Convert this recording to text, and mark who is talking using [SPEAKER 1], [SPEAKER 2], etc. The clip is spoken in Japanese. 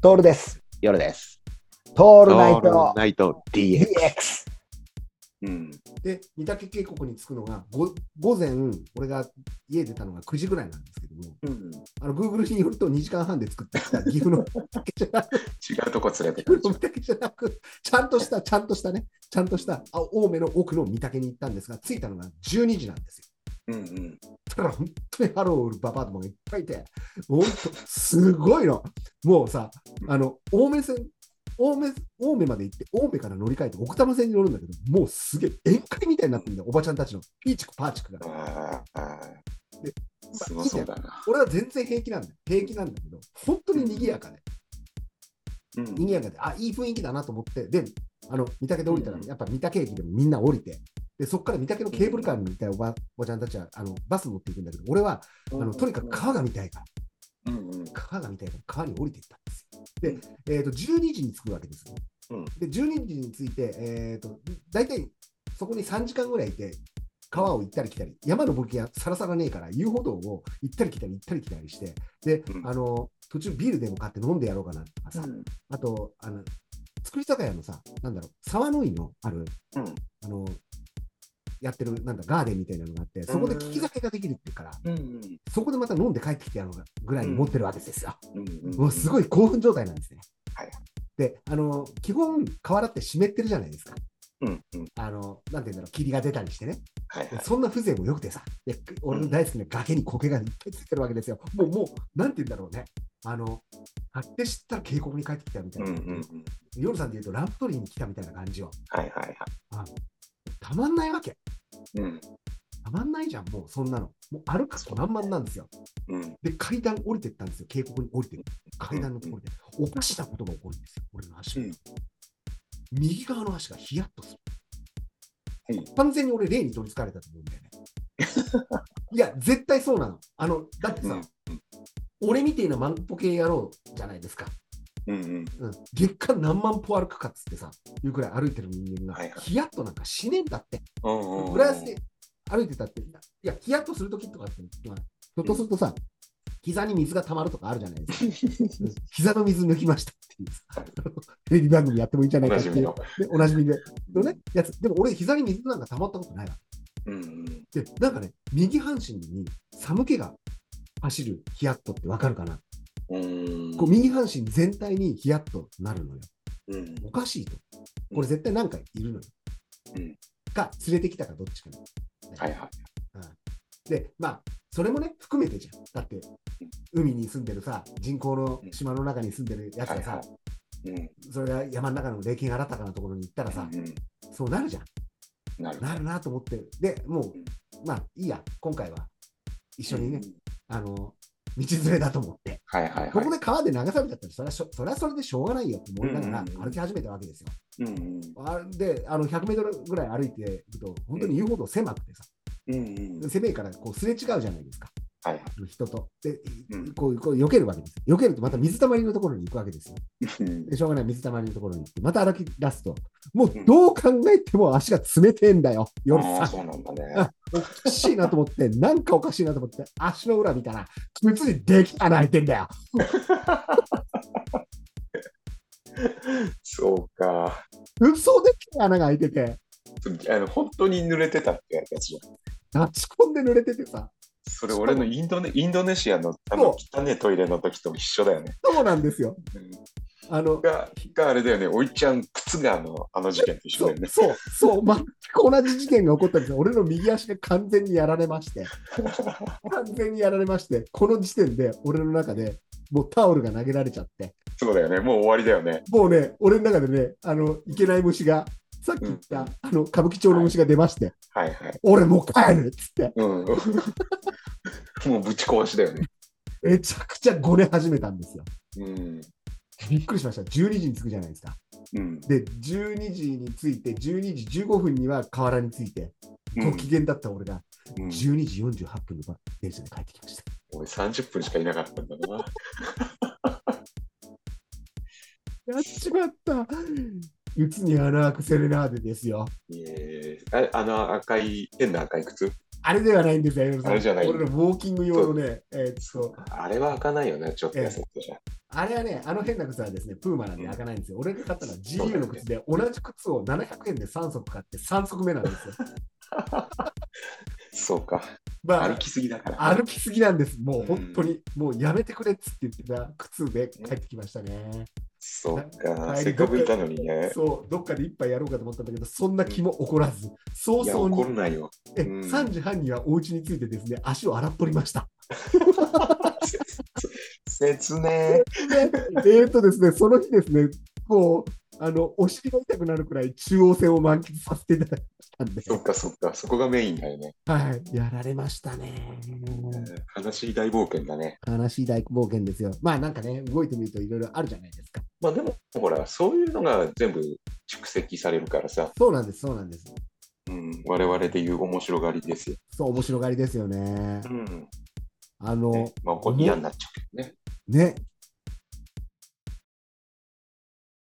[SPEAKER 1] トールです。
[SPEAKER 2] 夜です。
[SPEAKER 1] ト
[SPEAKER 2] オ
[SPEAKER 1] ールナイト
[SPEAKER 2] ナイト DX。
[SPEAKER 1] DX。
[SPEAKER 2] うん。
[SPEAKER 1] で、御嶽渓谷に着くのが、ご午前、俺が家出たのが9時ぐらいなんですけども、
[SPEAKER 2] うん、違
[SPEAKER 1] あの、Google によると2時間半で作ってきた岐阜の御嶽じゃなく、
[SPEAKER 2] うとこ連れて
[SPEAKER 1] 岐阜の御嶽じゃなく、ちゃんとした、ちゃんとしたね、ちゃんとした、あ青梅の奥の御嶽に行ったんですが、着いたのが12時なんですよ。
[SPEAKER 2] うんうん。
[SPEAKER 1] そしたら本当にハロー売るババアともいっぱいいて、本当、すごいの。もうさ、あの、青梅線、青梅、青梅まで行って、青梅から乗り換えて奥多摩線に乗るんだけど、もうすげえ宴会みたいになってんだよ、おばちゃんたちの。ピーチクパーチクが。
[SPEAKER 2] あーあ
[SPEAKER 1] で
[SPEAKER 2] ー。すごそうだな。
[SPEAKER 1] 俺は全然平気なんだよ。平気なんだけど、本当に賑やかで、
[SPEAKER 2] うん
[SPEAKER 1] 賑やかで、あ、いい雰囲気だなと思って、で、あの、御嶽で降りたら
[SPEAKER 2] う、ん
[SPEAKER 1] やっぱ御嶽駅でもみんな降りて、で、そこから御嶽のケーブルカーに乗りたいおばおばちゃんたちは、あの、バス乗っていくんだけど、俺は、あの、とにかく川が見たいから、
[SPEAKER 2] うんうん。
[SPEAKER 1] 川が見たいから川に降りていったんですよ。で、えー、と12時に着くわけですよ。
[SPEAKER 2] うん
[SPEAKER 1] で12時に着いて、えー、と大体そこに3時間ぐらいいて川を行ったり来たり山登りがさらさらねえから遊歩道を行ったり来たり行ったり来たりしてで、
[SPEAKER 2] うん
[SPEAKER 1] あの途中ビールでも買って飲んでやろうかなとかさ、
[SPEAKER 2] うん
[SPEAKER 1] あとあの造り酒屋のさなんだろう沢の井のある、
[SPEAKER 2] うん
[SPEAKER 1] あのやってるなんだガーデンみたいなのがあってそこで聞き酒ができるっていうから、
[SPEAKER 2] うん
[SPEAKER 1] そこでまた飲んで帰ってきてやろうかぐらいに持ってるわけですよ。
[SPEAKER 2] うん。
[SPEAKER 1] もうすご
[SPEAKER 2] い。
[SPEAKER 1] い興奮状態なんですね。
[SPEAKER 2] はい
[SPEAKER 1] であの基本、瓦って湿ってるじゃないですか。
[SPEAKER 2] うんうん。
[SPEAKER 1] あのなんていうんだろう、霧が出たりしてね。
[SPEAKER 2] はいはい
[SPEAKER 1] で。そんな風情もよくてさ、で俺の大好きな崖に苔がいっぱいついてるわけですよ。もう、もうなんていうんだろうね。あの発って知ったら渓谷に帰ってきたみた
[SPEAKER 2] う
[SPEAKER 1] い
[SPEAKER 2] んう
[SPEAKER 1] な、
[SPEAKER 2] んうん。
[SPEAKER 1] 夜さんで言うとランプ取りに来たみたいな感じを。
[SPEAKER 2] はいはいはい。
[SPEAKER 1] たまんないわけ。
[SPEAKER 2] うん
[SPEAKER 1] たまんないじゃん、もうそんなの。もう歩く気満々なんですよ。
[SPEAKER 2] うん。
[SPEAKER 1] で、階段降りてったんですよ、渓谷に降りてる。階段のところで、おかしなことが起こるんですよ、俺の足が
[SPEAKER 2] うん
[SPEAKER 1] 右側の足がヒヤッとする。
[SPEAKER 2] はい
[SPEAKER 1] 完全に俺、霊に取りつかれたと思うんだ よね。いや、絶対そうなの。あの、だって
[SPEAKER 2] う
[SPEAKER 1] さ、
[SPEAKER 2] ん
[SPEAKER 1] 俺みてえな万歩系野郎じゃないですか。
[SPEAKER 2] うん
[SPEAKER 1] うん、月間何万歩歩くかっつってさ、いうくらい歩いてる人間が、
[SPEAKER 2] はいはい
[SPEAKER 1] ヒヤッとなんかしねえんだって。
[SPEAKER 2] うん。
[SPEAKER 1] 浦安で歩いてたって、いや、ヒヤッとするときとかって、まあひょっとするとさ、膝に水が溜まるとかあるじゃないですか。うん膝の水抜きましたっていうさ、テレビ番組やってもいいんじゃない
[SPEAKER 2] お
[SPEAKER 1] か
[SPEAKER 2] な
[SPEAKER 1] って
[SPEAKER 2] じ
[SPEAKER 1] いう、
[SPEAKER 2] みの。
[SPEAKER 1] でおなじみで、のね、やつ。でも俺、膝に水なんか溜まったことないわ。
[SPEAKER 2] うんうん。
[SPEAKER 1] で、なんかね、右半身に寒気が走るヒヤッとってわかるかな、
[SPEAKER 2] うん。
[SPEAKER 1] こう右半身全体にヒヤッとなるのよ。
[SPEAKER 2] うん。
[SPEAKER 1] おかしいと。これ絶対なんかいるのよ。
[SPEAKER 2] うん
[SPEAKER 1] か、連れてきたかどっちかな。
[SPEAKER 2] はいはい。
[SPEAKER 1] で、まあ、それもね、含めてじゃん。だって、海に住んでるさ、人工の島の中に住んでるやつがさ、
[SPEAKER 2] うん。
[SPEAKER 1] それが山の中の霊剣新たかなところに行ったらさ、
[SPEAKER 2] うんうん
[SPEAKER 1] そうなるじゃん。
[SPEAKER 2] なるほど
[SPEAKER 1] なるなと思って、で、も
[SPEAKER 2] うん
[SPEAKER 1] う、まあいいや、今回は一緒にね、。あの、道連れだと思って、
[SPEAKER 2] はいはいはい。
[SPEAKER 1] ここで川で流されちゃったら、それはしょそれはそれでしょうがないよって思いながら
[SPEAKER 2] うんうんうん
[SPEAKER 1] 歩き始めたわけですよ。
[SPEAKER 2] うん
[SPEAKER 1] あで、あの、100メートルぐらい歩いてると、本当に言うほど狭くてさ、
[SPEAKER 2] うん。うんうん。
[SPEAKER 1] 狭いからこうすれ違うじゃないですか、
[SPEAKER 2] はいはい。
[SPEAKER 1] 人と。で
[SPEAKER 2] うん、
[SPEAKER 1] こう、こう避けるわけですよ。避けるとまた水たまりのところに行くわけですよ。
[SPEAKER 2] うん
[SPEAKER 1] でしょうがない水たまりのところに行って、また歩き出すと、もうどう考えても足が冷てえんだよ、夜
[SPEAKER 2] あ
[SPEAKER 1] さ
[SPEAKER 2] あ、。そうなんだね。
[SPEAKER 1] おかしいなと思って、なんかおかしいなと思って、足の裏見たら、靴にでき穴開いてんだよ。
[SPEAKER 2] そうか。
[SPEAKER 1] 嘘でっけえ穴が開いてて、
[SPEAKER 2] あの本当に濡れてたってやつじゃん。
[SPEAKER 1] 立ち込んで濡れててさ、
[SPEAKER 2] それ俺のインドネインドネシアのあの汚ねトイレの時と一緒だよね。
[SPEAKER 1] そうなんですよ。
[SPEAKER 2] うん
[SPEAKER 1] あの、
[SPEAKER 2] ががあれだよね、おいちゃん靴があのあの事件と一緒
[SPEAKER 1] そ
[SPEAKER 2] だ
[SPEAKER 1] う
[SPEAKER 2] よね、。
[SPEAKER 1] そう、そう、全く同じ事件が起こったんですよ。俺の右足が完全にやられまして、完全にやられまして、この時点で俺の中で、もうタオルが投げられちゃって、
[SPEAKER 2] そうだよね、もう終わりだよね。
[SPEAKER 1] もうね、俺の中でね、あの、いけない虫が、さっき言った、
[SPEAKER 2] うん
[SPEAKER 1] あの、歌舞伎町の虫が出まして、
[SPEAKER 2] はいはい。
[SPEAKER 1] 俺もう帰るっつって、
[SPEAKER 2] うん、もうぶち壊しだよね。
[SPEAKER 1] めちゃくちゃごね始めたんですよ。
[SPEAKER 2] うん。
[SPEAKER 1] びっくりしました。12時に着くじゃないですか。
[SPEAKER 2] うん。
[SPEAKER 1] で、12時に着いて、12時15分には河原に着いて、
[SPEAKER 2] うん
[SPEAKER 1] ご機嫌だった俺が、
[SPEAKER 2] うん、
[SPEAKER 1] 12時48分の電車で帰ってきました。
[SPEAKER 2] 俺30分しかいなかったんだな。
[SPEAKER 1] やっちまった。うつに穴開くセレナーデですよ。
[SPEAKER 2] ええああの赤い、変な赤い靴
[SPEAKER 1] あれではないんですよ、山田さん
[SPEAKER 2] あれじゃない
[SPEAKER 1] 俺のウォーキング用のね、えーっと、
[SPEAKER 2] あれは開かないよね、ちょっと痩せて。
[SPEAKER 1] あれはね、あの変な靴はですね、プーマなんで開かないんですよ。俺が買ったのは GU の靴で、同じ靴を700円で3足買って3足目なんですよ。
[SPEAKER 2] そうか。
[SPEAKER 1] ま
[SPEAKER 2] 歩
[SPEAKER 1] あ、
[SPEAKER 2] きすぎだから。
[SPEAKER 1] 歩きすぎなんです。もう本当に、もうやめてくれっつって言ってた靴で帰ってきましたね。
[SPEAKER 2] そうか。
[SPEAKER 1] 帰り
[SPEAKER 2] せっかくいたのにね。
[SPEAKER 1] そう、どっかで一杯やろうかと思ったんだけど、そんな気も起こらず、早
[SPEAKER 2] いや、
[SPEAKER 1] 々
[SPEAKER 2] 怒
[SPEAKER 1] に
[SPEAKER 2] んないよ。
[SPEAKER 1] え
[SPEAKER 2] うん
[SPEAKER 1] 3時半にはお家に着いてですね、足を洗っぽりま した。
[SPEAKER 2] 説明。
[SPEAKER 1] でえーとですね、その日ですね、こう、あのお尻が痛くなるくらい中央線を満喫させていただきましたんで、
[SPEAKER 2] そっかそっか。そこがメインだよね。
[SPEAKER 1] はい、やられましたね。
[SPEAKER 2] うん悲しい大冒険だね。
[SPEAKER 1] 悲しい大冒険ですよ。まあなんかね、動いてみるといろいろあるじゃないですか。
[SPEAKER 2] まあでも、ほら、そういうのが全部蓄積されるからさ、
[SPEAKER 1] そうなんです、そうなんです。
[SPEAKER 2] うん、我々で言う面白がりですよ。
[SPEAKER 1] そう、面白がりですよね
[SPEAKER 2] う。ん。
[SPEAKER 1] あの
[SPEAKER 2] ね、まあ、これ嫌になっちゃうけどね。
[SPEAKER 1] ね、